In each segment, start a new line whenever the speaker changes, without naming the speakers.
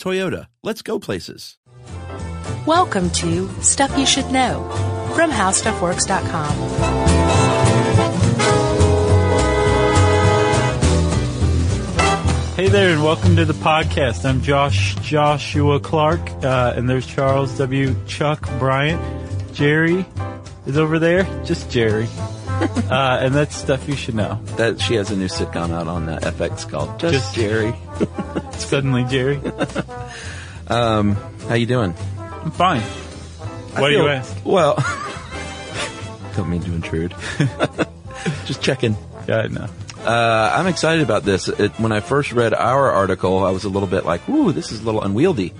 Toyota, let's go places.
Welcome to Stuff You Should Know from HowStuffWorks.com.
Hey there, and welcome to the podcast. I'm Josh Joshua Clark, uh, and there's Charles W. Chuck Bryant. Jerry is over there, just Jerry. uh, and that's stuff you should know.
That she has a new sitcom out on uh, FX called Just,
Just-
Jerry.
Suddenly, Jerry.
How you doing?
I'm fine. What do you ask?
Well, don't mean to intrude. Just checking.
Yeah, I know.
Uh, I'm excited about this. It, when I first read our article, I was a little bit like, "Ooh, this is a little unwieldy,"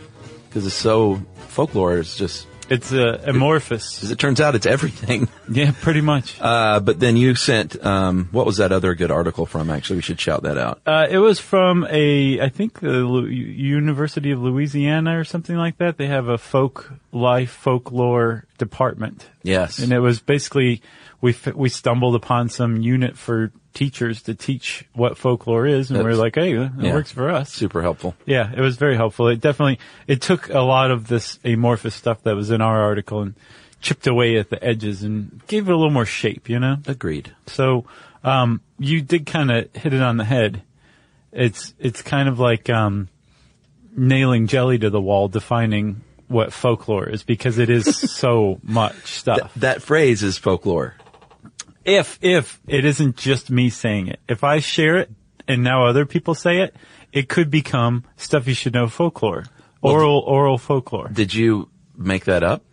because it's so folklore. It's just
It's uh, amorphous.
as it turns out, it's everything.
Yeah, pretty much.
Uh, but then you sent um, what was that other good article from? Actually, we should shout that out.
Uh, it was from a, I think the Lu- University of Louisiana or something like that. They have a folk life folklore department.
Yes.
And it was basically, we, f- we stumbled upon some unit for teachers to teach what folklore is. And we were
That's-
like, hey, that
Yeah.
works for us.
Super helpful.
Yeah, it was very helpful. It definitely, it took a lot of this amorphous stuff that was in our article and chipped away at the edges and gave it a little more shape, you know?
Agreed.
So um, you did kind of hit it on the head. It's it's kind of like um, nailing jelly to the wall, defining what folklore is because it is so much stuff.
That phrase is folklore.
if if it isn't just me saying it, if I share it and now other people say it, it could become stuff you should know folklore, oral oral folklore.
Did you make that up?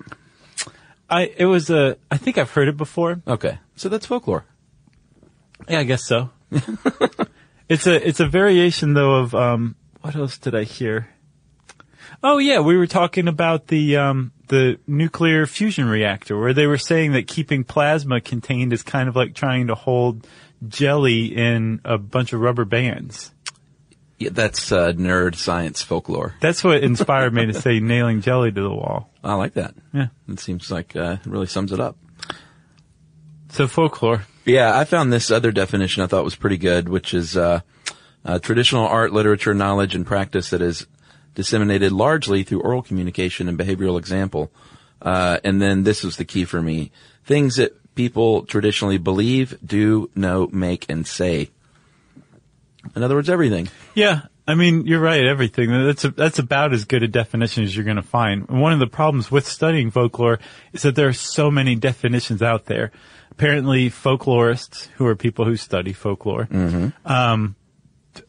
I it was a I think I've heard it before.
Okay, so that's folklore.
Yeah, I guess so. it's a it's a variation though of um what else did I hear? Oh yeah, we were talking about the um the nuclear fusion reactor where they were saying that keeping plasma contained is kind of like trying to hold jelly in a bunch of rubber bands.
Yeah, that's uh, nerd science folklore.
That's what inspired me to say nailing jelly to the wall.
I like that.
Yeah.
It seems like uh, it really sums it up.
So folklore.
Yeah, I found this other definition I thought was pretty good, which is uh, uh, traditional art, literature, knowledge, and practice that is disseminated largely through oral communication and behavioral example. Uh, and then this was the key for me: things that people traditionally believe, do, know, make, and say. In other words, everything.
Yeah, I mean, you're right. Everything that's that's about as good a definition as you're going to find. And one of the problems with studying folklore is that there are so many definitions out there. Apparently, folklorists, who are people who study folklore, um, d-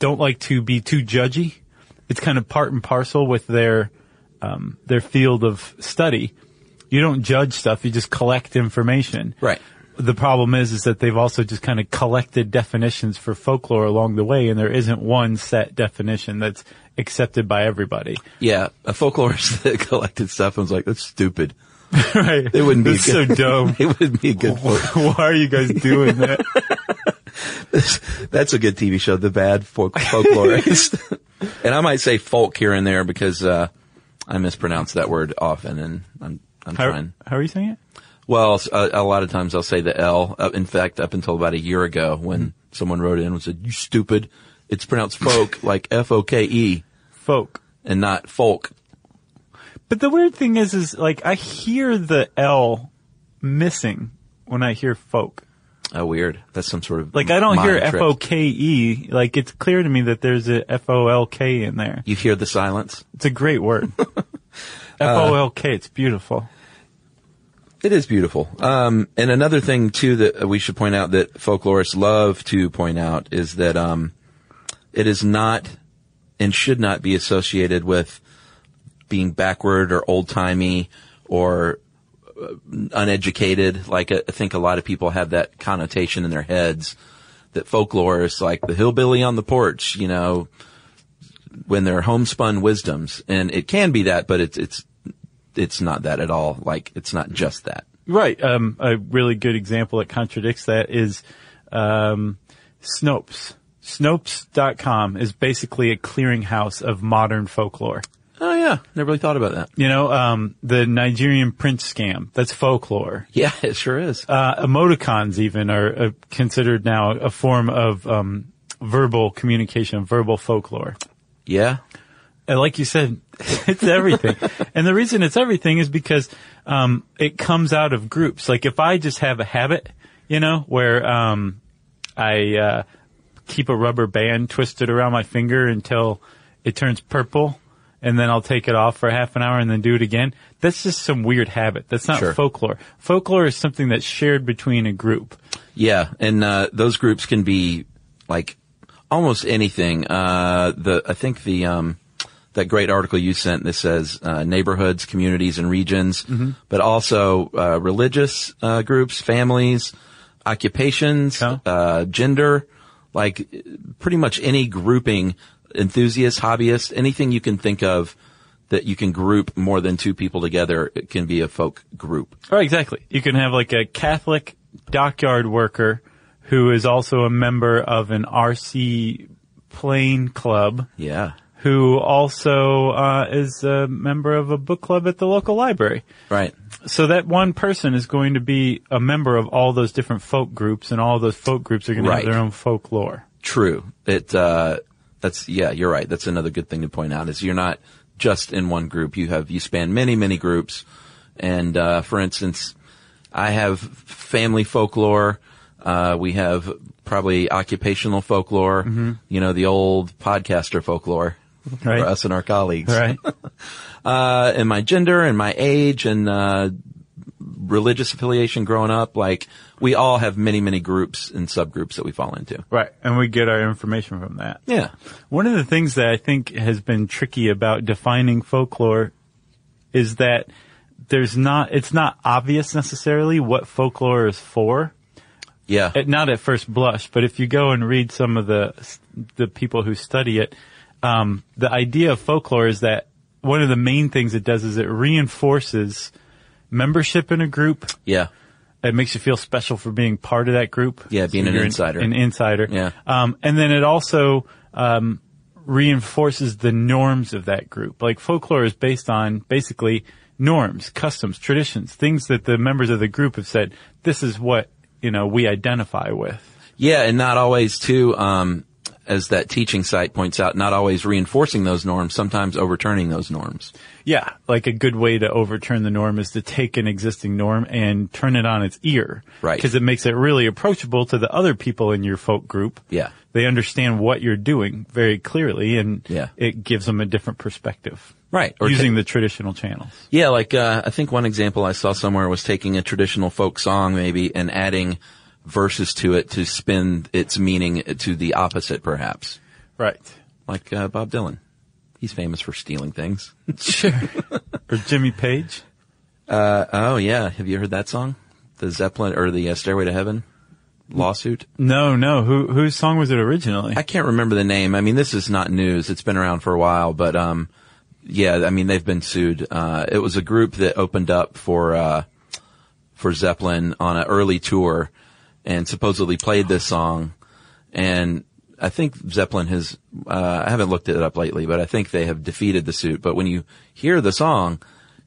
don't like to be too judgy. It's kind of part and parcel with their um, their field of study. You don't judge stuff; you just collect information.
Right.
The problem is, is that they've also just kind of collected definitions for folklore along the way, and there isn't one set definition that's accepted by everybody.
Yeah, a folklorist that collected stuff and was like, "That's stupid."
right?
It wouldn't be
That's so
good.
dumb.
it wouldn't be a good. folk-
Why are you guys doing that?
That's a good TV show, The Bad folk- Folklorist. and I might say folk here and there because uh, I mispronounce that word often, and I'm I'm
How,
trying.
how are you saying it?
Well, s- uh, a, a lot of times I'll say the L. Uh, in fact, up until about a year ago, when
Mm-hmm.
someone wrote in and said, "You stupid," it's pronounced folk like F O K E
Folk.
and not folk.
But the weird thing is, is like I hear the L missing when I hear folk.
Oh, weird. That's some sort of
Like I don't
mind
hear F
trick.
O K E. Like it's clear to me that there's a F O L K in there.
You hear the silence.
It's a great word. F O L
Uh,
K. It's beautiful.
It is beautiful. Um, and another thing too that we should point out that folklorists love to point out is that um, it is not and should not be associated with being backward or old timey or uh, uneducated. Like uh, I think a lot of people have that connotation in their heads that folklore is like the hillbilly on the porch, you know, when they're homespun wisdoms, and it can be that, but it's it's it's not that at all. Like it's not just that.
Right. Um, a really good example that contradicts that is um, Snopes. Snopes.com is basically a clearinghouse of modern folklore.
Oh yeah, never really thought about that.
You know, um, the Nigerian prince scam, that's folklore.
Yeah, it sure is.
Uh, emoticons even are uh, considered now a form of um, verbal communication, verbal folklore.
yeah,
And like you said, it's everything. and the reason it's everything is because um, it comes out of groups. Like if I just have a habit, you know, where um, I uh, keep a rubber band twisted around my finger until it turns purple, and then I'll take it off for half an hour and then do it again. That's just some weird habit. That's not
Sure.
folklore. Folklore is something that's shared between a group.
yeah, and uh, those groups can be like almost anything. Uh, the I think the um, that great article you sent that says uh, neighborhoods, communities, and regions, but also uh, religious uh, groups, families, occupations,
Yeah.
uh, gender, like pretty much any grouping, enthusiasts, hobbyists, anything you can think of that you can group more than two people together it can be a folk group.
Right, Oh, exactly. You can have like a Catholic dockyard worker who is also a member of an RC plane club
Yeah.
who also uh, is a member of a book club at the local library.
Right.
So that one person is going to be a member of all those different folk groups and all those folk groups are going
Right.
to have their own folklore.
True. It uh that's yeah, you're right. That's another good thing to point out is you're not just in one group. You have you span many, many groups. And uh for instance, I have family folklore. Uh we have probably occupational folklore, you know, the old podcaster folklore
Mm-hmm. Right.
for us and our colleagues.
Right.
Uh and my gender and my age and uh religious affiliation growing up, like we all have many, many groups and subgroups that we fall into.
right. And we get our information from that.
Yeah.
One of the things that I think has been tricky about defining folklore is that there's not, it's not obvious necessarily what folklore is for.
Yeah.
At, not at first blush, but if you go and read some of the, the people who study it, um, the idea of folklore is that one of the main things it does is it reinforces membership in a group.
Yeah.
It makes you feel special for being part of that group.
Yeah, being an
you're
insider.
An, insider.
Yeah.
Um, and then it also um, reinforces the norms of that group. Like folklore is based on basically norms, customs, traditions, things that the members of the group have said. This is what you know we identify with.
Yeah, and not always too, um, as that teaching site points out, not always reinforcing those norms, sometimes overturning those norms.
Yeah, like a good way to overturn the norm is to take an existing norm and turn it on its ear.
Right.
Because it makes it really approachable to the other people in your folk group.
Yeah.
They understand what you're doing very clearly and
Yeah.
it gives them a different perspective.
Right.
using the traditional channels.
Yeah, like uh, I think one example I saw somewhere was taking a traditional folk song maybe and adding verses to it to spin its meaning to the opposite, perhaps.
Right.
Like uh, Bob Dylan, he's famous for stealing things.
Sure. or Jimmy Page.
oh yeah, have you heard that song? The Zeppelin or the uh, Stairway to Heaven lawsuit.
No, no. Who whose song was it originally?
I can't remember the name. I mean, this is not news. It's been around for a while, but um, yeah, I mean, they've been sued. Uh, it was a group that opened up for uh, for Zeppelin on an early tour, and supposedly played this song. And I think Zeppelin has. Uh, I haven't looked it up lately, but I think they have defeated the suit. But when you hear the song,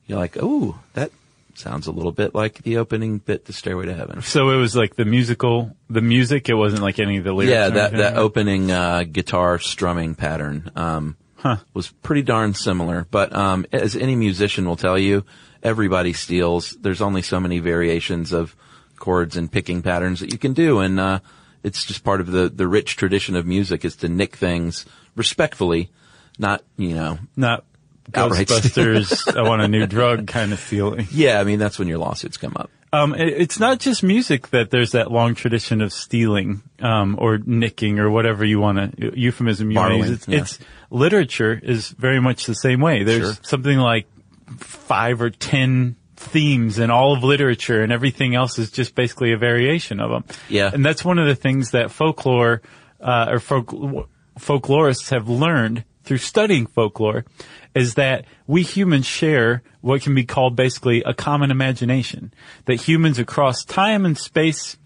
you're like, "Ooh, that sounds a little bit like the opening bit to Stairway to Heaven."
so it was like the musical, the music. It wasn't like any of the lyrics.
Yeah,
or
that
anything
that
like
opening uh, guitar strumming pattern um, was pretty darn similar. But um, as any musician will tell you, everybody steals. There's only so many variations of chords and picking patterns that you can do, and uh, it's just part of the the rich tradition of music is to nick things respectfully, not you know
Not
Outright
Ghostbusters, I want a new drug kind of feeling.
Yeah, I mean that's when your lawsuits come up.
Um, it, it's not just music that there's that long tradition of stealing, um, or nicking or whatever you want to euphemism you want to
Borrowing,
use. It's,
yeah.
it's literature is very much the same way. There's
Sure.
something like five or ten themes in all of literature and everything else is just basically a variation of them.
Yeah.
And that's one of the things that folklore, uh, or folk, folklorists have learned through studying folklore is that we humans share what can be called basically a common imagination. That humans across time and space,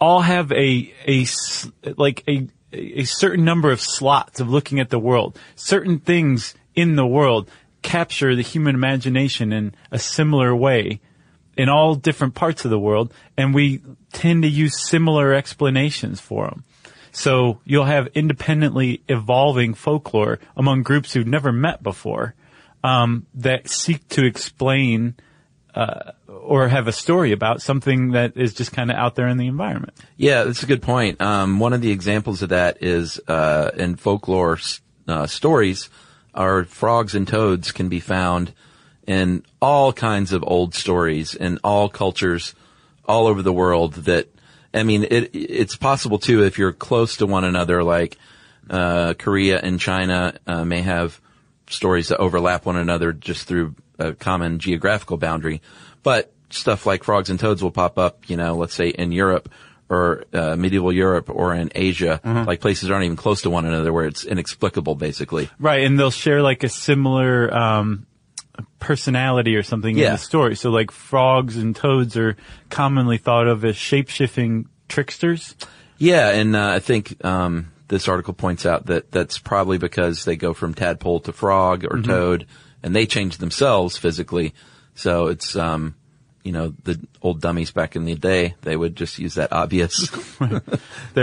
all have a a s- like a a certain number of slots of looking at the world. Certain things in the world capture the human imagination in a similar way in all different parts of the world, and we tend to use similar explanations for them. So you'll have independently evolving folklore among groups who've never met before um, that seek to explain uh, or have a story about something that is just kind of out there in the environment.
Yeah, that's a good point. Um, one of the examples of that is uh, in folklore s- uh, stories, our frogs and toads can be found in all kinds of old stories in all cultures, all over the world. That I mean, it it's possible too if you're close to one another, like uh, Korea and China uh, may have stories that overlap one another just through a common geographical boundary. But stuff like frogs and toads will pop up, you know, let's say in Europe or uh, medieval Europe or in Asia, like places that aren't even close to one another where it's inexplicable basically.
Right, and they'll share like a similar um, personality or something in
Yeah.
the story. So like frogs and toads are commonly thought of as shape-shifting tricksters.
Yeah, and uh, I think um, this article points out that that's probably because they go from tadpole to frog or toad, and they change themselves physically. So it's um, you know the old dummies back in the day they would just use that obvious
They're-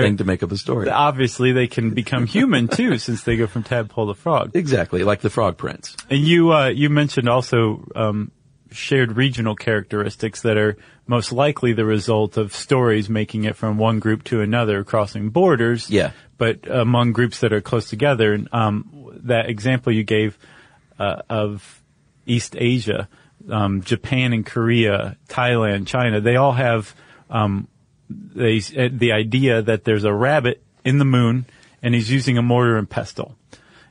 thing to make up a story.
Obviously, they can become human too, since they go from tadpole to frog.
Exactly, like the frog prince.
And you uh, you mentioned also um, shared regional characteristics that are most likely the result of stories making it from one group to another, crossing borders.
Yeah.
but among groups that are close together. And um, that example you gave uh, of East Asia, um, Japan and Korea, Thailand, China, they all have um, they, uh, the idea that there's a rabbit in the moon and he's using a mortar and pestle.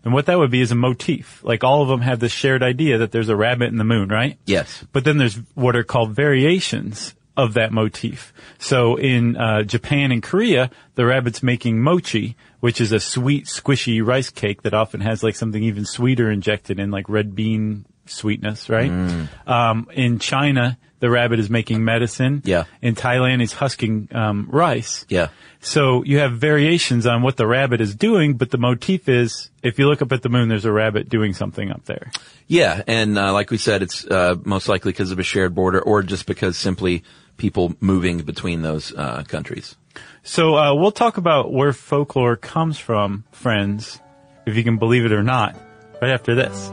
And what that would be is a motif. Like all of them have this shared idea that there's a rabbit in the moon, right?
Yes.
But then there's what are called variations of that motif. So in uh, Japan and Korea, the rabbit's making mochi, which is a sweet, squishy rice cake that often has like something even sweeter injected in, like red bean sweetness, right?
Mm.
Um, in China, the rabbit is making medicine.
Yeah.
In Thailand, he's husking um, rice.
Yeah.
So you have variations on what the rabbit is doing, but the motif is if you look up at the moon, there's a rabbit doing something up there.
Yeah, and uh, like we said, it's uh, most likely because of a shared border, or just because simply people moving between those uh, countries.
So uh, we'll talk about where folklore comes from, friends, if you can believe it or not, right after this.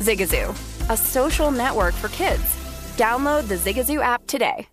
Zigazoo, a social network for kids. Download the Zigazoo app today.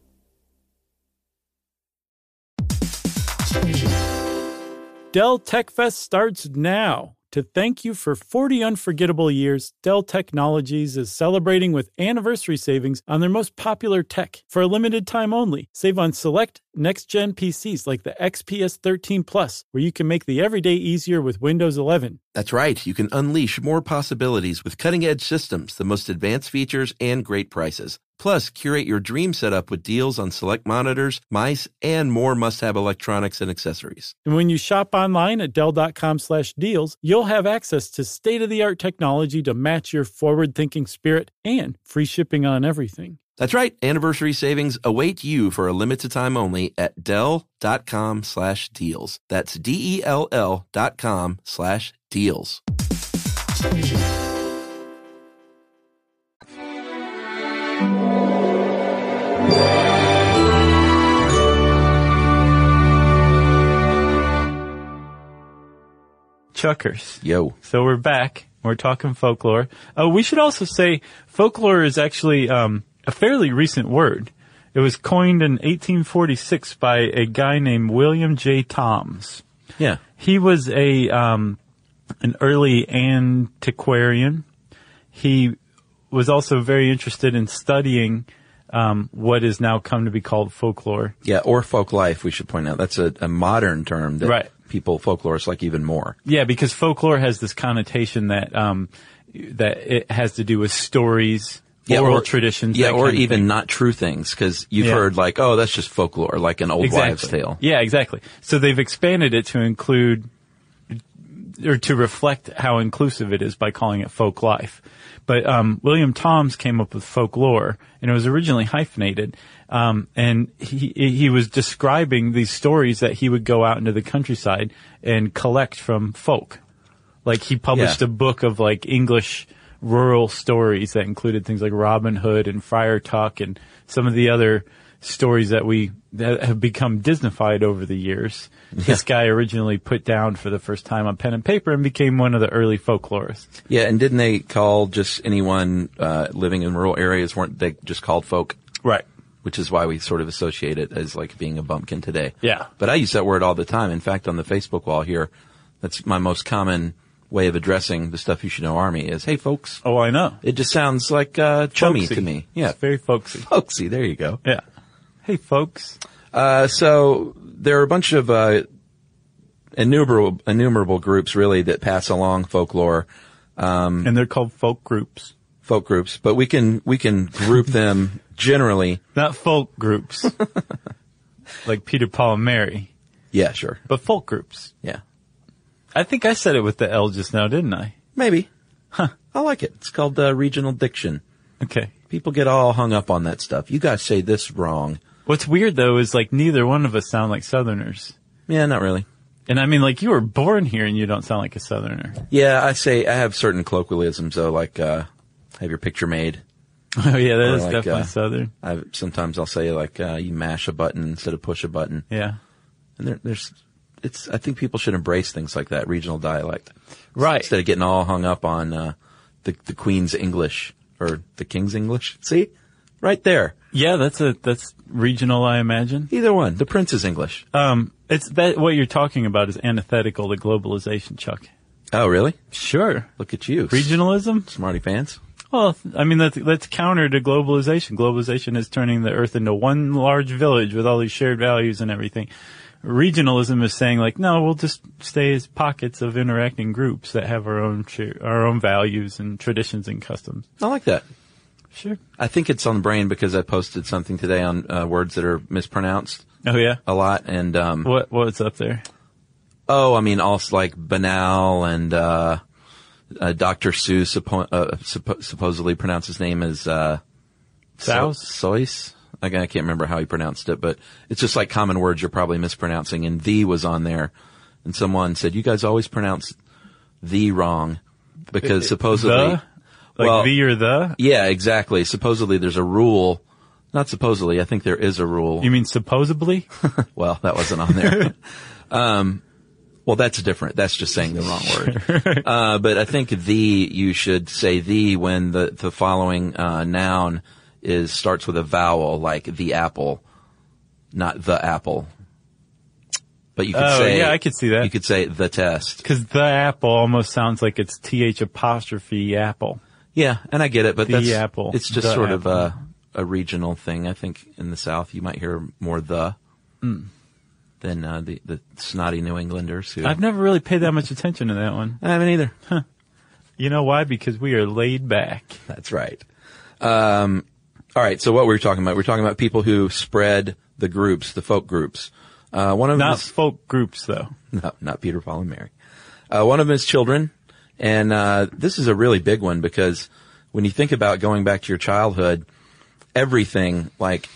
Dell Tech Fest starts now.
To thank you for 40 unforgettable years, Dell Technologies is celebrating with anniversary savings on their most popular tech for a limited time only. Save on select next gen PCs like the XPS 13 Plus, where you can make the everyday easier with Windows 11.
That's right, you can unleash more possibilities with cutting edge systems, the most advanced features, and great prices. Plus, curate your dream setup with deals on select monitors, mice, and more must have electronics and accessories.
And when you shop online at Dell.com slash deals, you'll have access to state of the art technology to match your forward thinking spirit and free shipping on everything.
That's right, anniversary savings await you for a limited time only at Dell.com slash deals. That's D E L L dot com slash deals.
Chuckers.
Yo.
So we're back. We're talking folklore. Uh, we should also say folklore is actually um, a fairly recent word. It was coined in 1846 by a guy named William J. Toms.
Yeah.
He was a um, an early antiquarian. He was also very interested in studying um, what is now come to be called folklore.
Yeah, or folk life, we should point out. That's a, a modern term that
Right.
people folklorists like even more.
Yeah, because folklore has this connotation that um, that it has to do with stories,
Yeah,
oral
or-
traditions,
Yeah,
that
or
kind of
even
thing.
not true things, because you've
Yeah.
heard like, oh, that's just folklore, like an old wives' tale.
Yeah, exactly. So they've expanded it to include or to reflect how inclusive it is by calling it folk life. But um, William Toms came up with folklore, and it was originally hyphenated. Um, and he he was describing these stories that he would go out into the countryside and collect from folk. Like he published
Yeah.
a book of like English rural stories that included things like Robin Hood and Friar Tuck and some of the other stories that we that have become Disneyfied over the years. This guy originally put down for the first time on pen and paper and became one of the early folklorists.
Yeah, and didn't they call just anyone uh, living in rural areas? weren't they just called folk?
Right.
Which is why we sort of associate it as like being a bumpkin today.
Yeah.
but I use that word all the time. In fact, on the Facebook wall here, that's my most common way of addressing the stuff you should know. Army is, hey folks.
Oh, I know.
It just sounds like uh, chummy
Folksy.
to me. Yeah,
It's very folksy.
folksy. There you go.
Yeah. Hey, folks.
Uh, so there are a bunch of uh, innumerable innumerable groups really that pass along folklore. Mm.
And they're called folk groups,
folk groups, but we can we can group them generally.
not folk groups like Peter, Paul, and Mary,
Yeah, sure.
but folk groups.
Yeah,
I think I said it with the L just now, didn't I?
maybe. Huh. I like it. It's called uh, regional diction.
Okay.
People get all hung up on that stuff. You guys say this wrong.
What's weird though is like neither one of us sound like Southerners.
Yeah, not really.
And I mean like you were born here and you don't sound like a Southerner.
Yeah, I say I have certain colloquialisms though, like uh, have your picture made.
oh yeah, that
Or
is
like,
definitely
uh,
Southern.
I sometimes I'll say like uh, you mash a button instead of push a button,
Yeah.
and there, there's it's. I think people should embrace things like that regional dialect
Right.
instead of getting all hung up on uh, the the Queen's English or the King's English. See, right there.
Yeah, that's a that's regional I imagine.
Either one. The prince is English.
Um it's that what you're talking about is antithetical to globalization, Chuck.
oh, really?
Sure.
Look at you.
Regionalism?
Smarty pants.
Well, I mean that's that's counter to globalization. Globalization is turning the earth into one large village with all these shared values and everything. Regionalism is saying like, no, we'll just stay as pockets of interacting groups that have our own share, our own values and traditions and customs.
I like that.
Sure.
I think it's on the brain because I posted something today on uh, words that are mispronounced
Oh yeah.
a lot. And, um,
What what's up there?
oh, I mean, also like banal and, uh, uh, Dr. Seuss suppo- uh, suppo- supposedly pronounced his name as, uh,
Souse?
So- Sois? I, I can't remember how he pronounced it, but it's just like common words you're probably mispronouncing. And the was on there. And someone said, you guys always pronounce the wrong because supposedly.
the? Like
Well-
the or the?
Yeah, exactly. Supposedly there's a rule. Not supposedly. I think there is a rule.
You mean supposedly?
well, that wasn't on there. um, well, that's different. That's just saying the wrong word. Uh, but I think the, you should say the when the, the following, uh, noun is, starts with a vowel, like the apple, not the apple. But you could
Oh,
say,
yeah, I could see that.
You could say the test.
Because the apple almost sounds like it's th apostrophe apple.
Yeah, and I get it, but
The
that's
apple.
It's just
The
sort of
apple.
a a regional thing. I think in the South you might hear more the
Hmm.
than uh, the the snotty New Englanders. Who,
I've never really paid that much attention to that one.
I haven't either.
You know why? Because we are laid back.
That's right. Um, all right. So what we were talking about? We are talking about people who spread the groups, the folk groups. Uh, one of them
Not
is-
folk groups though.
No, not Peter, Paul, and Mary. Uh, one of them is children. And uh, this is a really big one because when you think about going back to your childhood, everything like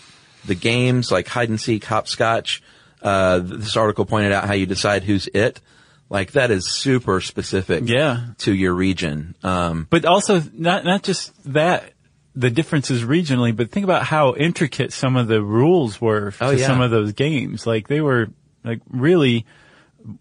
the games, like hide and seek, hopscotch. Uh, th- this article pointed out how you decide who's it. Like that is super specific
Yeah.
to your region. Um,
But also not not just that the differences regionally, but think about how intricate some of the rules were
Oh,
to
yeah.
some of those games. Like they were like really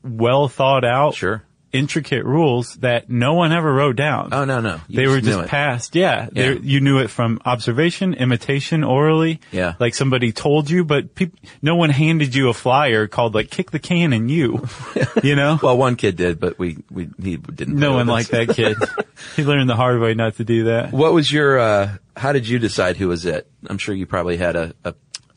well thought out,
Sure.
intricate rules that no one ever wrote down.
oh no, no, You
they were
knew
just
it.
passed. Yeah, They-
Yeah.
you knew it from observation, imitation, orally.
Yeah.
like somebody told you, but peop- no one handed you a flyer called like "kick the can" and you, you know.
Well, one kid did, but we we he didn't.
no
know
one
this.
liked that kid. he learned the hard way not to do that.
What was your? Uh, how did you decide who was it? I'm sure you probably had a a, a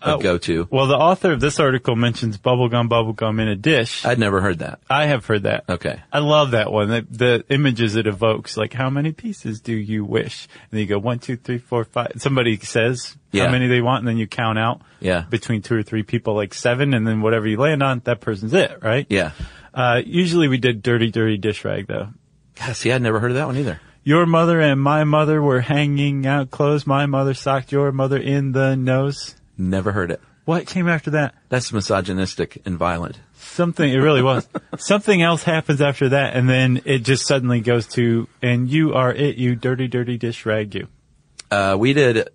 Oh.
go to.
Well, the author of this article mentions bubblegum, bubblegum in a dish. I,
I'd never heard that.
have heard that.
Okay.
I love that one. The, the images it evokes, like how many pieces do you wish? And then you go one, two, three, four, five. Somebody says
Yeah.
how many they want, and then you count out.
Yeah.
Between two or three people, like seven, and then whatever you land on, that person's it, right?
Yeah.
Uh, usually we did dirty, dirty dish rag though.
God, see, I'd never heard of that one either.
Your mother and my mother were hanging out close. My mother socked your mother in the nose.
Never heard it.
What came after that?
That's misogynistic and violent.
Something, it really was. Something else happens after that and then it just suddenly goes to, and you are it, you dirty, dirty dish rag you.
Uh, we did,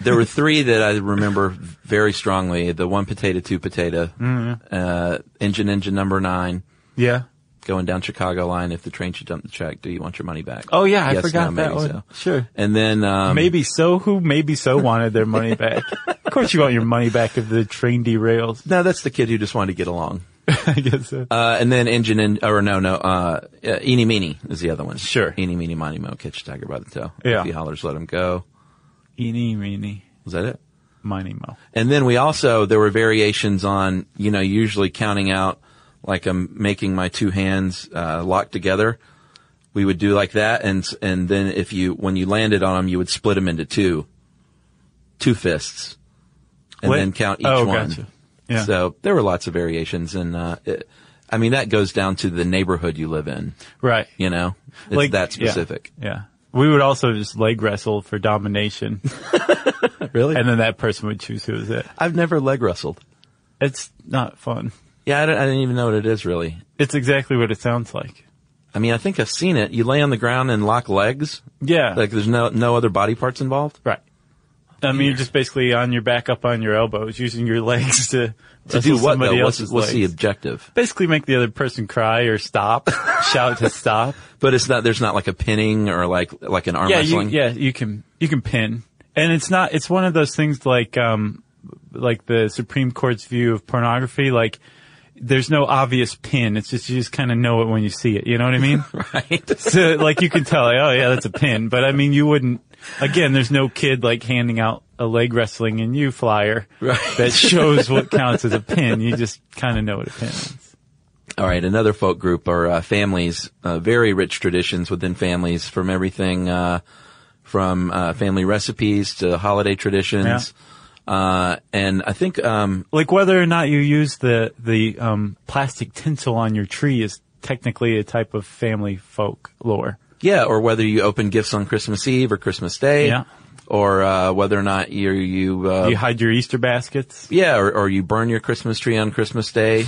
there were three that I remember very strongly. The one potato, two potato,
Mm-hmm.
uh, engine, engine number nine,
Yeah.
going down Chicago line. If the train should dump the track, do you want your money back?
Oh, yeah, I
Yes,
forgot
no, maybe
that one.
so.
Sure.
And then, um,
Maybe so who maybe so wanted their money back. of course you want your money back if the train derails.
no, that's the kid who just wanted to get along.
I guess so.
Uh, and then engine in, or no, no, uh, uh, Eeny Meeny is the other one.
Sure.
Eeny Meeny Miny Mo, catch a tiger by the tail.
Yeah.
If he hollers, let him go.
Eeny, meeny,
Was that it?
miny, mo.
And then we also, there were variations on, you know, usually counting out, like I'm making my two hands, uh, locked together. We would do like that. And, and then if you, when you landed on them, you would split them into two, two fists and
What?
then count each
Oh,
one.
gotcha. Yeah.
So there were lots of variations. And, uh, it, I mean, that goes down to the neighborhood you live in,
Right.
you know, it's that
yeah,
specific.
Yeah, We would also just leg wrestle for domination,
Really?
and then that person would choose who was it.
I've never leg wrestled.
It's not fun.
Yeah. I, don't, I didn't even know what it is really.
It's exactly what it sounds like.
I mean, I think I've seen it. You lay on the ground and lock legs.
Yeah.
Like there's no no other body parts involved.
right. I mean, you're just basically on your back up on your elbows, using your legs to,
To do what
somebody
though? What's,
else's
what's the
legs.
objective?
Basically make the other person cry or stop, shout to stop.
But it's not. There's not like a pinning or like like an arm
yeah, you,
wrestling.
yeah, you can you can pin, and it's not. It's one of those things like um, like the Supreme Court's view of pornography. Like, there's no obvious pin. It's just you just kind of know it when you see it. You know what I mean?
Right.
so like you can tell, like, oh yeah, that's a pin. But I mean, you wouldn't. Again, there's no kid like handing out a leg wrestling and you flyer
Right.
that shows what counts as a pin. You just kind of know what a pin is.
All right. Another folk group are uh, families. Uh, very rich traditions within families, from everything uh, from uh, family recipes to holiday traditions. Uh, and I think um,
Like whether or not you use the the um, plastic tinsel on your tree is technically a type of family folklore.
Yeah, or whether you open gifts on Christmas Eve or Christmas Day,
Yeah.
or uh, whether or not you you, uh,
you hide your Easter baskets.
yeah, or, or you burn your Christmas tree on Christmas Day,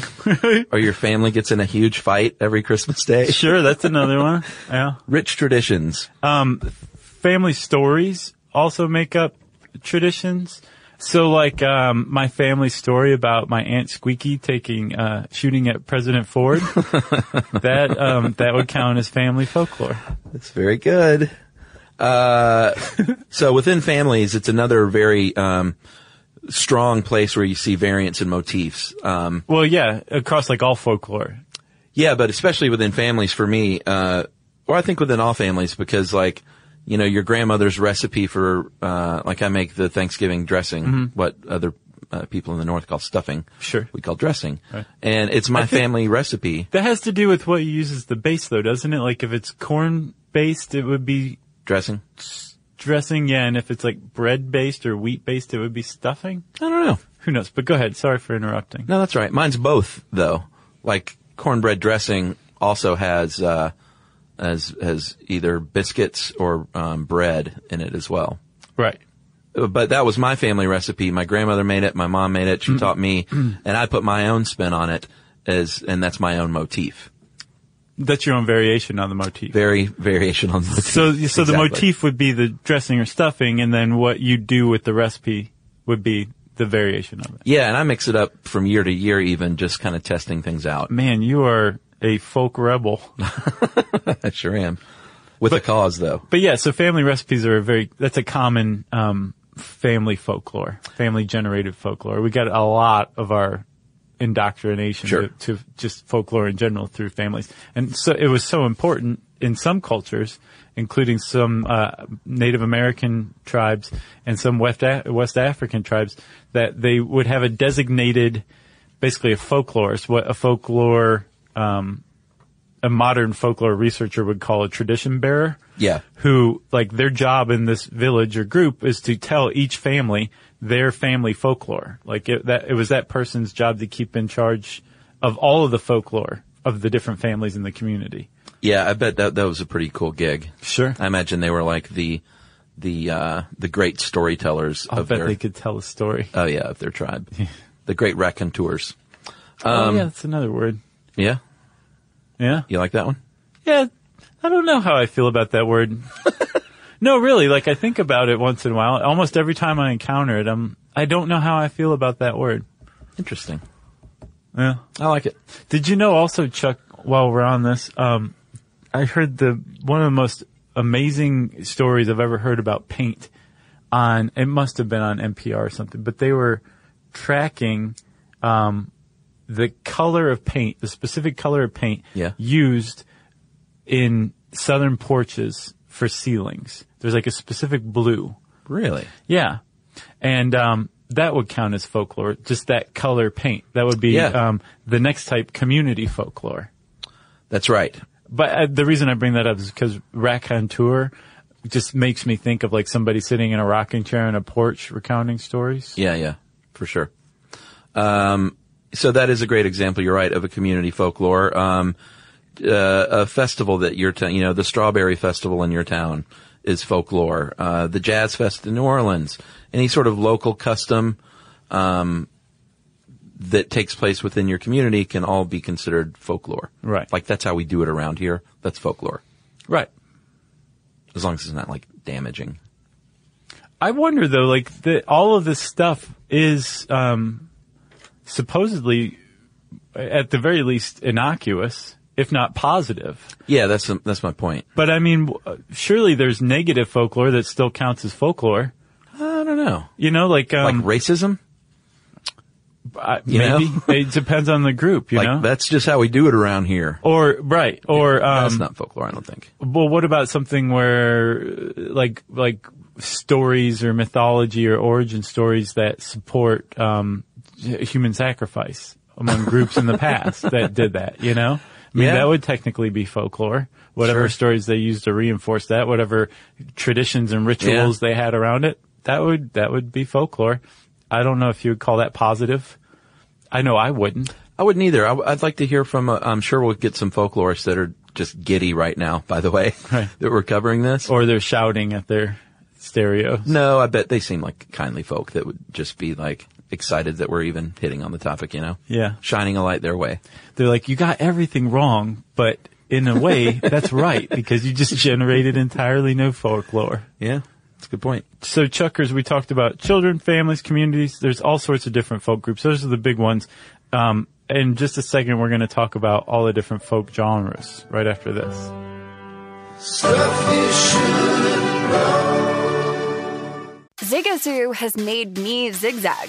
or your family gets in a huge fight every Christmas Day.
Sure, that's another one. Yeah.
Rich traditions.
family stories also make up traditions. So like, um, my family story about my aunt Squeaky taking, uh, shooting at President Ford, that, um, that would count as family folklore.
That's very good. Uh, so within families, it's another very um, strong place where you see variants and motifs. Um,
Well, yeah, across like all folklore.
yeah, but especially within families for me, uh, or I think within all families because like, you know, your grandmother's recipe for, uh, like I make the Thanksgiving dressing, what other uh, people in the North call stuffing.
Sure.
We call dressing. And it's my family recipe.
That has to do with what you use as the base, though, doesn't it? Like if it's corn based, it would be
Dressing?
dressing, yeah, and if it's like bread based or wheat based, it would be stuffing.
I don't know.
Who knows? But go ahead. Sorry for interrupting.
No, that's right. Mine's both though. Like cornbread dressing also has uh, has has either biscuits or um, bread in it as well.
Right.
Uh, But that was my family recipe. My grandmother made it. My mom made it. She
Mm-hmm.
taught me, and I put my own spin on it. As and that's my own motif.
That's your own variation on the motif.
Very variation on the motif.
So, so the
Exactly.
motif would be the dressing or stuffing, and then what you do with the recipe would be the variation of it.
Yeah, and I mix it up from year to year, even just kind of testing things out.
Man, you are a folk rebel.
I sure am. With a cause though.
But yeah, so family recipes are a very, that's a common, um, family folklore, family generated folklore. We get a lot of our indoctrination
Sure.
to, to just folklore in general through families. And so it was so important in some cultures, including some, uh, Native American tribes and some West, Af- West African tribes that they would have a designated, basically a folklorist, what a folklore, um, a modern folklore researcher would call a tradition bearer
Yeah.
who like their job in this village or group is to tell each family their family folklore. Like it, that, it was that person's job to keep in charge of all of the folklore of the different families in the community.
Yeah, I bet that that was a pretty cool gig.
Sure.
I imagine they were like the the uh, the great storytellers
I
of
bet
their
they could tell a story.
oh yeah of their tribe, the great raconteurs. Um,
oh, yeah, that's another word.
Yeah,
Yeah.
you like that one?
Yeah. I don't know how I feel about that word. no, really. Like I think about it once in a while. Almost every time I encounter it, I'm, I don't know how I feel about that word.
Interesting.
Yeah.
I like it.
Did you know also, Chuck, while we're on this, um, I heard the, one of the most amazing stories I've ever heard about paint on, it must have been on NPR or something, but they were tracking, um, the color of paint, the specific color of paint
Yeah.
used in southern porches for ceilings. There's like a specific blue.
Really?
Yeah. And um, that would count as folklore, just that color paint. That would be
Yeah.
um, the next type, community folklore.
That's right.
But uh, the reason I bring that up is because raconteur just makes me think of like somebody sitting in a rocking chair on a porch recounting stories.
Yeah, yeah, for sure. Um, so that is a great example. You're right of a community folklore. Um, uh, a festival that your town, you know, the strawberry festival in your town is folklore. Uh, the jazz fest in New Orleans, any sort of local custom, um, that takes place within your community can all be considered folklore.
Right.
Like that's how we do it around here. That's folklore.
Right.
As long as it's not like damaging.
I wonder though, like the, all of this stuff is um, supposedly, at the very least, innocuous, if not positive.
Yeah, that's, that's my point.
But I mean, w- uh, surely there's negative folklore that still counts as folklore.
I don't know.
You know, like,
Like
um,
racism?
I-
you
maybe
know?
it depends on the group, you
like
know?
that's just how we do it around here.
Or, right. Or,
that's
um,
not folklore, I don't think.
well, what about something where, uh, like, like stories or mythology or origin stories that support, um, h- human sacrifice among groups in the past that did that, you know? I mean,
Yeah.
that would technically be folklore. Whatever
Sure.
stories they used to reinforce that, whatever traditions and rituals they had around it, that would, that would be folklore. I don't know if you would call that positive. I know I wouldn't.
I wouldn't either. I, would like to hear from. Uh, I'm sure we'll get some folklorists that are just giddy right now. By the way,
Right.
that we're covering this.
Or they're shouting at their stereo.
no, I bet they seem like kindly folk that would just be like excited that we're even hitting on the topic. You know,
Yeah.
shining a light their way.
they're like, you got everything wrong, but in a way, that's right because you just generated entirely new folklore.
Yeah, that's a good point.
So chuckers, we talked about children, families, communities. There's all sorts of different folk groups. Those are the big ones. Um, in just a second, we're going to talk about all the different folk genres right after this.
Zigazoo has made me zigzag.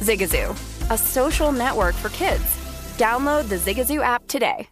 Zigazoo, a social network for kids. Download the Zigazoo app today.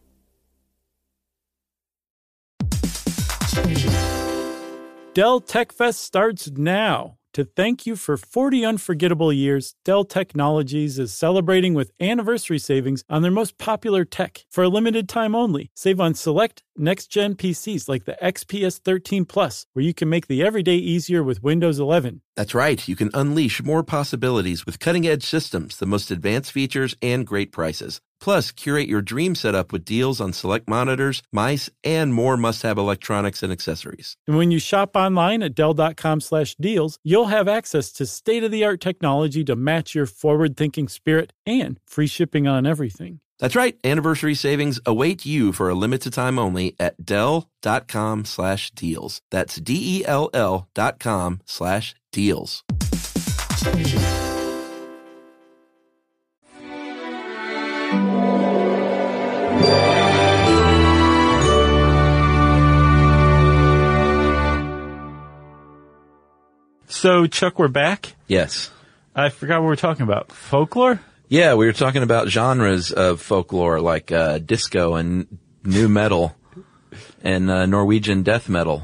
Dell Tech Fest starts now. To thank you for 40 unforgettable years, Dell Technologies is celebrating with anniversary savings on their most popular tech for a limited time only. Save on select next gen PCs like the XPS 13 Plus, where you can make the everyday easier with Windows 11.
That's right. You can unleash more possibilities with cutting edge systems, the most advanced features, and great prices. Plus, curate your dream setup with deals on select monitors, mice, and more must have electronics and accessories.
And when you shop online at Dell.com slash deals, you'll have access to state of the art technology to match your forward thinking spirit and free shipping on everything.
That's right. Anniversary savings await you for a limited time only at Dell.com slash deals. That's D E L L dot com slash deals.
So, Chuck, we're back.
Yes.
I forgot what we were talking about. Folklore?
Yeah, we were talking about genres of folklore like uh, disco and new metal and uh, Norwegian death metal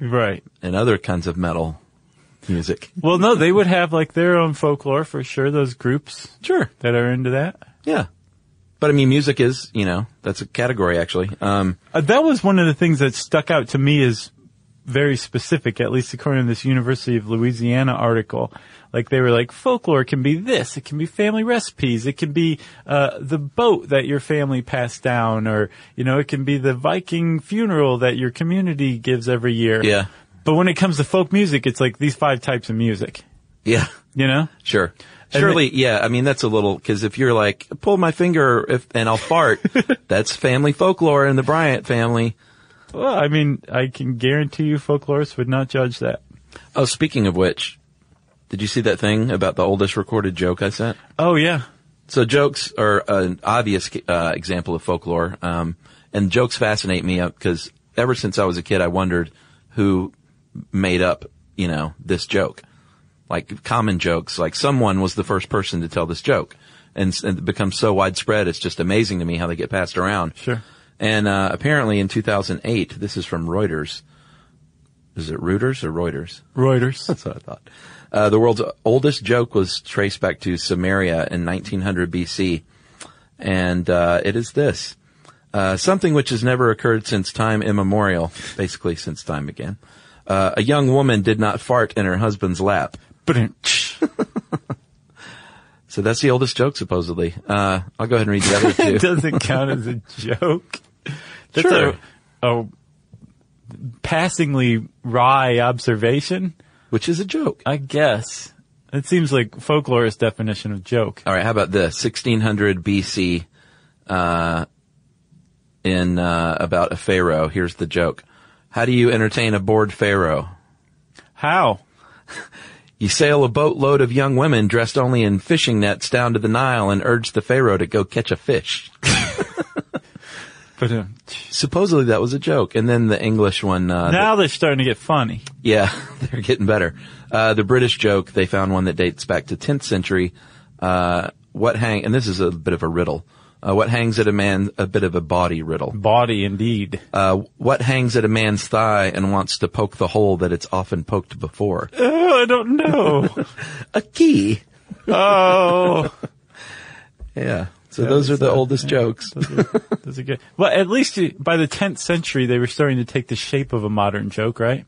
Right.
and other kinds of metal music.
Well, no, they would have like their own folklore for sure, those groups
Sure.
that are into that.
Yeah. But I mean, music is, you know, that's a category actually. Um,
Uh, that was one of the things that stuck out to me as very specific, at least according to this University of Louisiana article. Like they were like, folklore can be this, it can be family recipes, it can be uh, the boat that your family passed down, or you know, it can be the Viking funeral that your community gives every year.
Yeah.
But when it comes to folk music, it's like these five types of music.
yeah.
You know?
Sure. Surely, yeah. I mean, that's a little because if you're like, pull my finger, if and I'll fart, that's family folklore in the Bryant family.
Well, I mean, I can guarantee you, folklorists would not judge that.
Oh, speaking of which, did you see that thing about the oldest recorded joke I sent?
Oh yeah,
So jokes are an obvious uh, example of folklore, um, and jokes fascinate me because ever since I was a kid, I wondered who made up, you know, this joke. Like common jokes, like someone was the first person to tell this joke, and, s- and it becomes so widespread. It's just amazing to me how they get passed around.
Sure.
And uh, apparently, in 2008, this is from Reuters. Is it Reuters or Reuters?
Reuters.
That's what I thought. Uh, the world's oldest joke was traced back to Samaria in 1900 BC. And uh, it is this uh, something which has never occurred since time immemorial, basically, since time began. Uh, a young woman did not fart in her husband's lap. So that's the oldest joke, supposedly. Uh, I'll go ahead and read the other
it
two.
doesn't count as a joke. That's
Sure.
a, a passingly wry observation,
which is a joke.
I guess. It seems like folklorist definition of joke.
All right, how about this? 1600 BC, uh, in, uh, about a pharaoh. Here's the joke. How do you entertain a bored pharaoh?
How?
You sail a boatload of young women dressed only in fishing nets down to the Nile and urge the pharaoh to go catch a fish.
But um,
Supposedly that was a joke. And then the English one, uh, the-
now they're starting to get funny.
Yeah, they're getting better. Uh, the British joke, they found one that dates back to 10th century. Uh, what hang, and this is a bit of a riddle. Uh, what hangs at a man, a bit of a body riddle.
Body indeed.
Uh, what hangs at a man's thigh and wants to poke the hole that it's often poked before?
Oh, I don't know.
A key.
oh,
Yeah. So those are the oldest jokes.
Those are, those are good. Well, at least you, by the 10th century, they were starting to take the shape of a modern joke, right?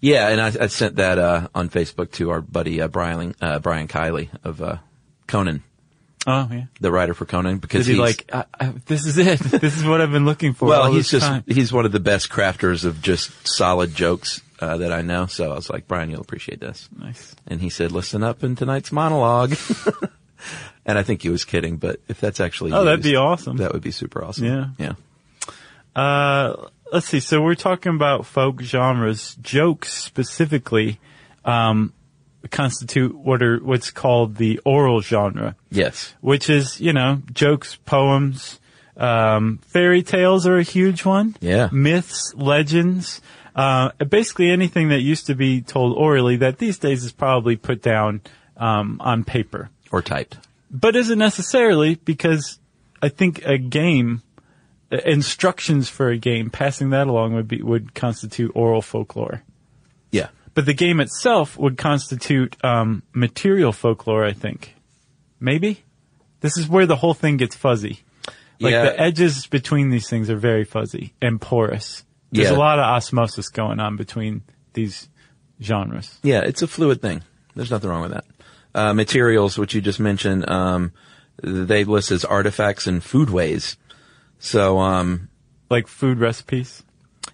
Yeah, and I, I sent that uh, on Facebook to our buddy uh, Brian uh, Brian Kiley of uh, Conan,
Oh, yeah.
the writer for Conan, because
Because he's
he's
like, I, I, this is it. This is what I've been looking for.
well,
all
he's
this
just
time.
he's one of the best crafters of just solid jokes uh, that I know. So I was like, Brian, you'll appreciate this.
nice.
And he said, "Listen up in tonight's monologue." and I think he was kidding, but if that's actually
Oh, that'd be
used,
awesome.
That would be super awesome.
Yeah.
yeah.
Uh, let's see. So we're talking about folk genres. Jokes specifically, um, constitute what are, what's called the oral genre.
Yes.
which is you know jokes, poems, um, fairy tales are a huge one.
Yeah.
myths, legends, uh, basically anything that used to be told orally that these days is probably put down um, on paper,
Or typed.
but isn't necessarily because I think a game. uh, Instructions for a game, passing that along would be would constitute oral folklore,
Yeah.
but the game itself would constitute um, material folklore. I think, maybe this is where the whole thing gets fuzzy. Like
yeah.
the edges between these things are very fuzzy and porous. There's
Yeah.
a lot of osmosis going on between these genres.
Yeah, it's a fluid thing. There's nothing wrong with that. Uh, materials, which you just mentioned, um, they list as artifacts and foodways. So, um,
Like food recipes.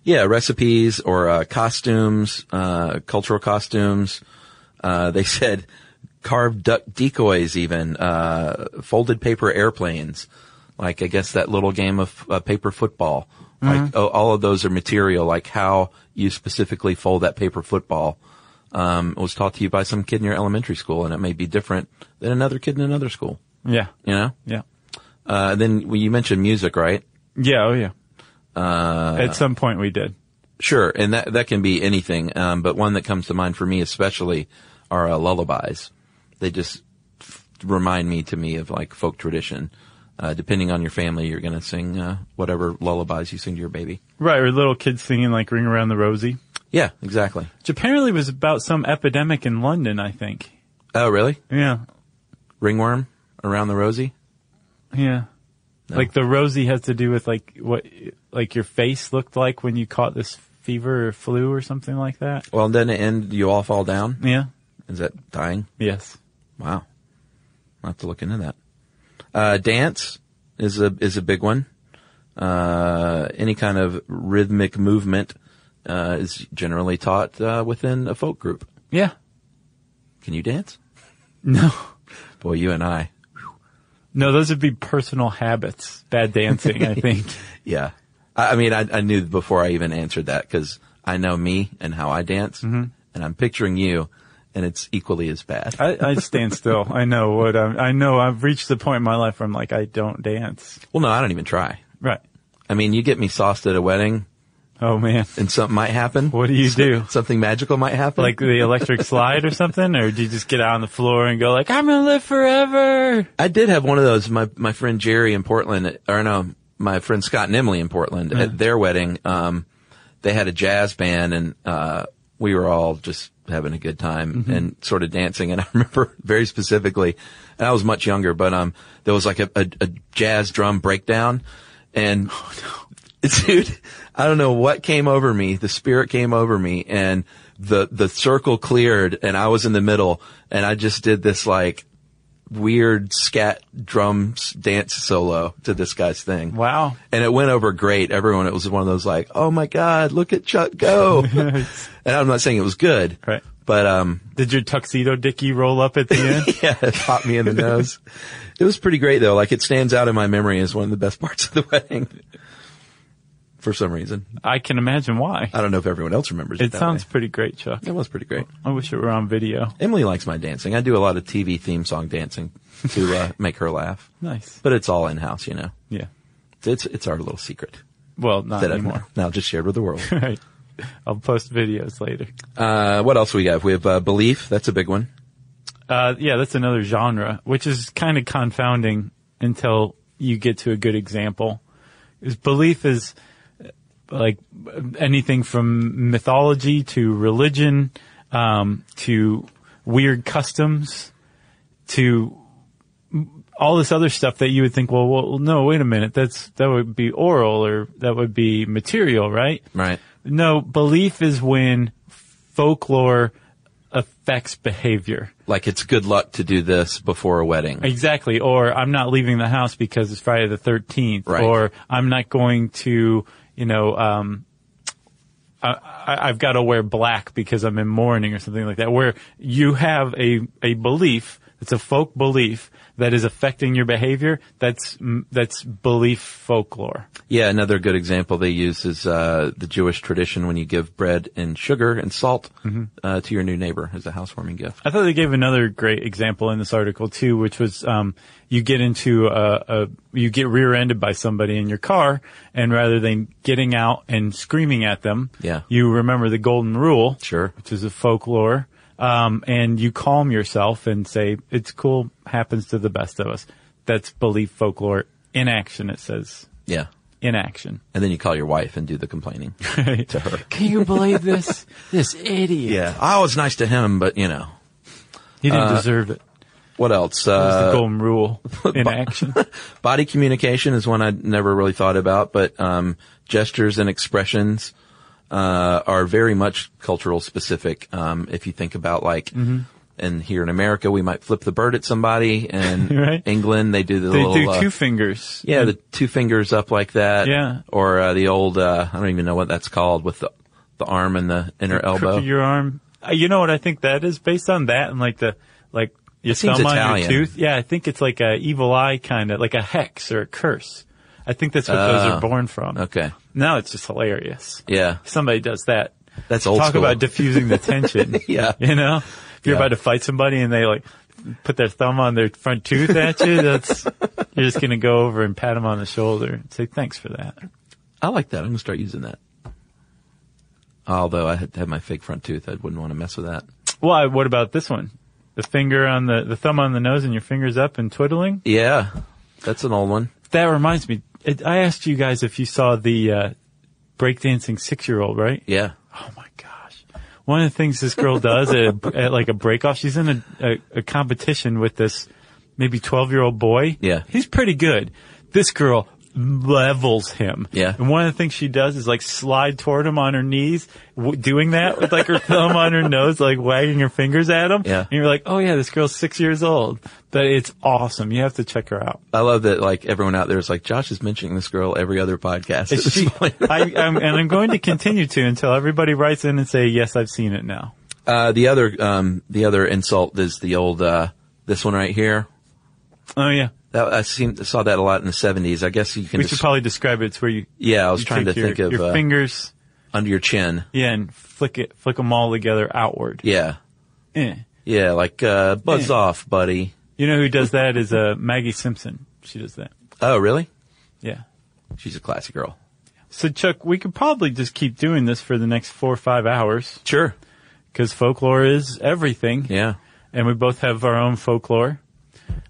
yeah, recipes or uh, costumes, uh, cultural costumes. Uh, they said carved duck decoys, even uh, folded paper airplanes. Like I guess that little game of uh, paper football. Like oh, all of those are material. Like how you specifically fold that paper football um, was taught to you by some kid in your elementary school, and it may be different than another kid in another school.
Yeah.
You know.
Yeah.
Uh, then when you mentioned music, right?
Yeah. Oh yeah. At some point we did.
Sure, and that that can be anything, um, but one that comes to mind for me especially are uh, lullabies. They just f- remind me to me of like folk tradition. Uh, depending on your family, you're going to sing uh, whatever lullabies you sing to your baby.
Right. Or little kids singing like Ring Around the Rosie,
Yeah, exactly.
which apparently was about some epidemic in London, I think.
Oh, really?
Yeah.
Ringworm around the rosy?
Yeah. Like the Rosie has to do with like what, like your face looked like when you caught this fever or flu or something like that.
Well, then it end you all fall down.
Yeah.
Is that dying?
Yes.
Wow. I'll have to look into that. Uh, dance is a, is a big one. Uh, any kind of rhythmic movement, uh, is generally taught, uh, within a folk group.
Yeah.
Can you dance?
No.
Boy, you and I.
No, those would be personal habits. Bad dancing, I think.
Yeah. I, I mean, I, I knew before I even answered that because I know me and how I dance
Mm-hmm.
and I'm picturing you and it's equally as bad.
I, I stand still. I know what I'm, I know. I've reached the point in my life where I'm like, I don't dance.
well, no, I don't even try.
Right.
I mean, you get me sauced at a wedding
Oh man.
and something might happen.
What do you do?
Something magical might happen.
Like the electric slide or something? Or do you just get out on the floor and go like, I'm gonna live forever?
I did have one of those. My my friend Jerry in Portland, or no, my friend Scott and Emily in Portland at their wedding. Um, they had a jazz band, and uh, we were all just having a good time and sort of dancing. And I remember very specifically, and I was much younger, but um, there was like a, a, a jazz drum breakdown, and dude, I don't know what came over me. The spirit came over me and the, the circle cleared and I was in the middle and I just did this like weird scat drums dance solo to this guy's thing.
Wow.
And it went over great. Everyone, it was one of those like, oh my God, look at Chuck go. and I'm not saying it was good,
Right.
but, um,
Did your tuxedo dickie roll up at the end?
yeah, it popped me in the nose. It was pretty great though. Like it stands out in my memory as one of the best parts of the wedding. For some reason.
I can imagine why.
I don't know if everyone else remembers it.
It
that
sounds
way.
pretty great, Chuck.
It was pretty great.
I wish it were on video.
Emily likes my dancing. I do a lot of TV theme song dancing to uh, make her laugh,
Nice.
but it's all in house, you know.
Yeah.
It's it's our little secret
Well, not
that
anymore.
I've now just shared with the world.
right. I'll post videos later.
uh, what else we have? We have uh, belief. That's a big one.
Uh, yeah, that's another genre, which is kind of confounding until you get to a good example. Is belief is uh, like uh, anything from mythology to religion, um, to weird customs, to all this other stuff that you would think, well, well, no, wait a minute, that's that would be oral or that would be material, right?
Right.
No, belief is when folklore affects behavior.
Like it's good luck to do this before a wedding.
Exactly. Or I'm not leaving the house because it's Friday the 13th.
Right.
Or I'm not going to, you know, um, I, I, I've got to wear black because I'm in mourning or something like that, where you have a, a belief, it's a folk belief that is affecting your behavior. That's, mm, that's belief folklore.
Yeah, another good example they use is uh, the Jewish tradition when you give bread and sugar and salt
Mm-hmm.
uh, to your new neighbor as a housewarming gift.
I thought they gave another great example in this article too, which was um, you get into a, a you get rear-ended by somebody in your car, and rather than getting out and screaming at them,
Yeah.
you remember the golden rule,
Sure.
which is a folklore, um, and you calm yourself and say it's cool, happens to the best of us. That's belief folklore in action. It says
Yeah.
in action.
And then you call your wife and do the complaining.
to her, can you believe this? this idiot.
yeah. I was nice to him, but you know.
He didn't deserve it.
What else?
That was the
Uh,
golden rule in action.
body communication is one I never really thought about, but um, gestures and expressions uh, are very much cultural specific. Um, if you think about like,
Mm-hmm.
and here in America, we might flip the bird at somebody, and
Right.
England they do the
They
little
do
uh,
two fingers.
yeah, the two fingers up like that.
Yeah.
Or uh, the old uh, I don't even know what that's called with the the arm and the inner elbow.
Crook of your arm. Uh, you know what I think that is based on that and like the like your
seems
thumb on your
Italian.
tooth. Yeah, I think it's like a evil eye kind of like a hex or a curse. I think that's what those
Oh,
are born from.
okay.
Now it's just hilarious.
Yeah.
Somebody does that.
That's old
Talk
school.
about diffusing the tension.
Yeah.
You know, if you're
Yeah.
about to fight somebody and they like put their thumb on their front tooth at you, that's you're just gonna go over and pat them on the shoulder and say thanks for that.
I like that. I'm gonna start using that. Although I had had my fake front tooth, I wouldn't want to mess with that.
Why? What about this one? The finger on the the thumb on the nose and your fingers up and twiddling.
Yeah, that's an old one.
That reminds me. It, I asked you guys if you saw the uh, breakdancing six year old, right?
Yeah,
Oh my gosh! One of the things this girl does at, a, at like a break off, she's in a, a, a competition with this maybe twelve year old boy.
Yeah.
he's pretty good. This girl levels him.
Yeah.
and one of the things she does is like slide toward him on her knees, w- doing that with like her thumb on her nose, like wagging her fingers at him.
Yeah.
and you're like, oh yeah, this girl's six years old, but it's awesome. You have to check her out.
I love that. Like everyone out there is like, Josh is mentioning this girl every other podcast. at
Is
this
she-
point.
I, I'm, and I'm going to continue to until everybody writes in and say, yes, I've seen it now.
uh, the other, um, the other insult is the old uh, this one right here.
Oh yeah.
That I seen saw that a lot in the '70s. I guess you can.
We
just-
should probably describe it. It's where you.
yeah, I was
you
trying to
take your,
think of
your
uh,
fingers,
under your chin.
yeah, and flick it, flick them all together outward.
Yeah,
Eh.
yeah, like uh, buzz
Yeah.
off, buddy.
You know who does that is uh, Maggie Simpson. She does that.
Oh, really?
Yeah.
She's a classy girl.
So Chuck, we could probably just keep doing this for the next four or five hours
Sure.
because folklore is everything.
Yeah.
and we both have our own folklore.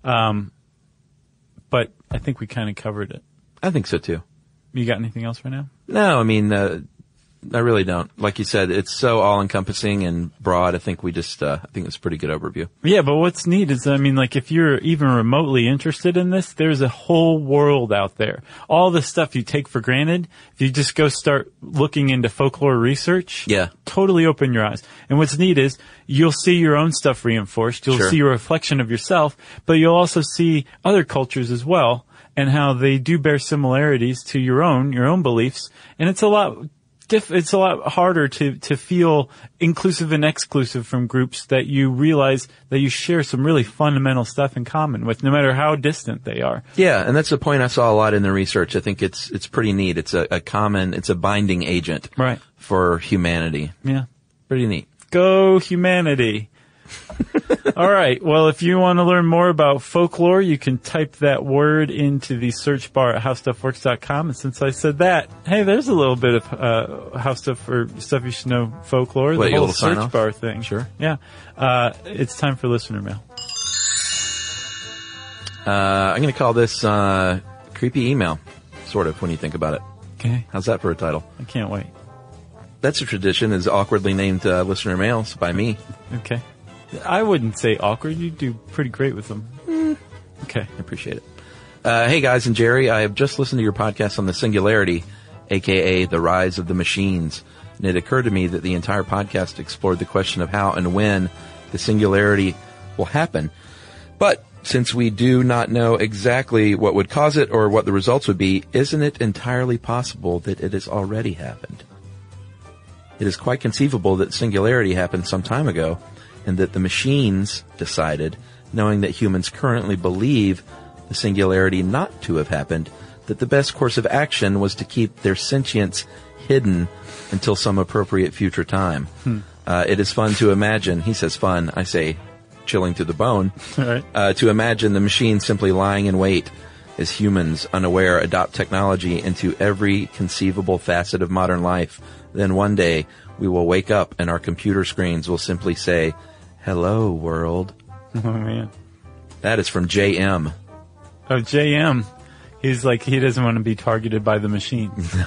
Um, but I think we kind of covered it.
I think so too.
You got anything else right now?
No, I mean, uh, I really don't. Like you said, it's so all encompassing and broad. I think we just, uh, I think it's a pretty good overview.
Yeah, but what's neat is, I mean, like, if you're even remotely interested in this, there's a whole world out there. All the stuff you take for granted, if you just go start looking into folklore research,
Yeah.
totally open your eyes. And what's neat is you'll see your own stuff reinforced. You'll
Sure.
see a reflection of yourself, but you'll also see other cultures as well and how they do bear similarities to your own, your own beliefs. And it's a lot diff- it's a lot harder to, to feel inclusive and exclusive from groups that you realize that you share some really fundamental stuff in common with, no matter how distant they are.
Yeah. And that's the point I saw a lot in the research. I think it's, it's pretty neat. It's a, a common, it's a binding agent
Right.
for humanity.
Yeah.
Pretty neat.
Go humanity. All right. Well, if you want to learn more about folklore, you can type that word into the search bar at howstuffworks.com. And since I said that, hey, there's a little bit of uh, how stuff or stuff you should know folklore.
What,
the
your
whole
little sign
search
off?
bar thing.
Sure.
Yeah. Uh, it's time for listener mail.
Uh, I'm going to call this, uh, creepy email, sort of, when you think about it.
Okay.
How's that for a title?
I can't wait.
That's a tradition is awkwardly named, uh, listener mails by me.
Hmm. Okay. I wouldn't say awkward. You do pretty great with them. Okay.
I appreciate it. Uh, hey guys and Jerry, I have just listened to your podcast on the singularity, aka the rise of the machines, and it occurred to me that the entire podcast explored the question of how and when the singularity will happen. But since we do not know exactly what would cause it or what the results would be, isn't it entirely possible that it has already happened? It is quite conceivable that singularity happened some time ago and that the machines decided, knowing that humans currently believe the singularity not to have happened, that the best course of action was to keep their sentience hidden until some appropriate future time. Uh, it is fun to imagine, he says fun, I say chilling to the bone,
Right.
uh, to imagine the machine simply lying in wait as humans, unaware, adopt technology into every conceivable facet of modern life. Then one day we will wake up and our computer screens will simply say, hello world.
Oh man.
That is from JM.
Oh, JM. He's like, he doesn't want to be targeted by the machine.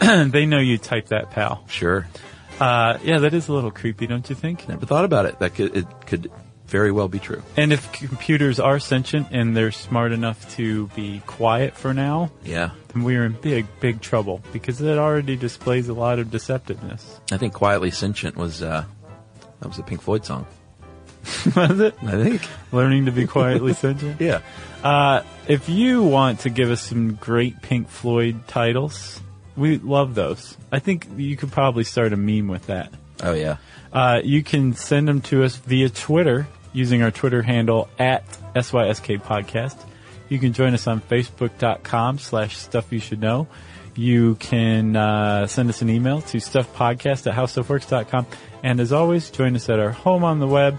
No,
they know you type that, pal.
sure.
Uh, yeah, that is a little creepy, don't you think?
Never thought about it. That could, it could very well be true.
And if computers are sentient and they're smart enough to be quiet for now,
Yeah.
then we're in big, big trouble because it already displays a lot of deceptiveness.
I think quietly sentient was, uh, that was a Pink Floyd song.
Was it?
I think.
Learning to be quietly sentient?
Yeah.
Uh, if you want to give us some great Pink Floyd titles, we love those. I think you could probably start a meme with that.
Oh yeah.
Uh, you can send them to us via Twitter using our Twitter handle at SYSK Podcast. You can join us on Facebook.com slash Stuff You Should Know. You can uh, send us an email to stuffpodcast at howstuffworks.com. And as always, join us at our home on the web,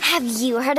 Have you heard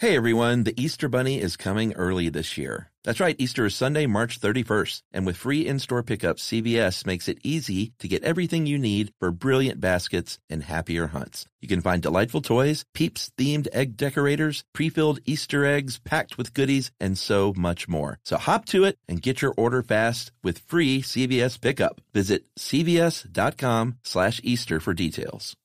Hey everyone, the Easter Bunny is coming early this year. That's right, Easter is Sunday, March 31st, and with free in-store pickup, CVS makes it easy to get everything you need for brilliant baskets and happier hunts. You can find delightful toys, Peeps themed egg decorators, pre-filled Easter eggs packed with goodies, and so much more. So hop to it and get your order fast with free CVS pickup. Visit cvs.com/easter for details.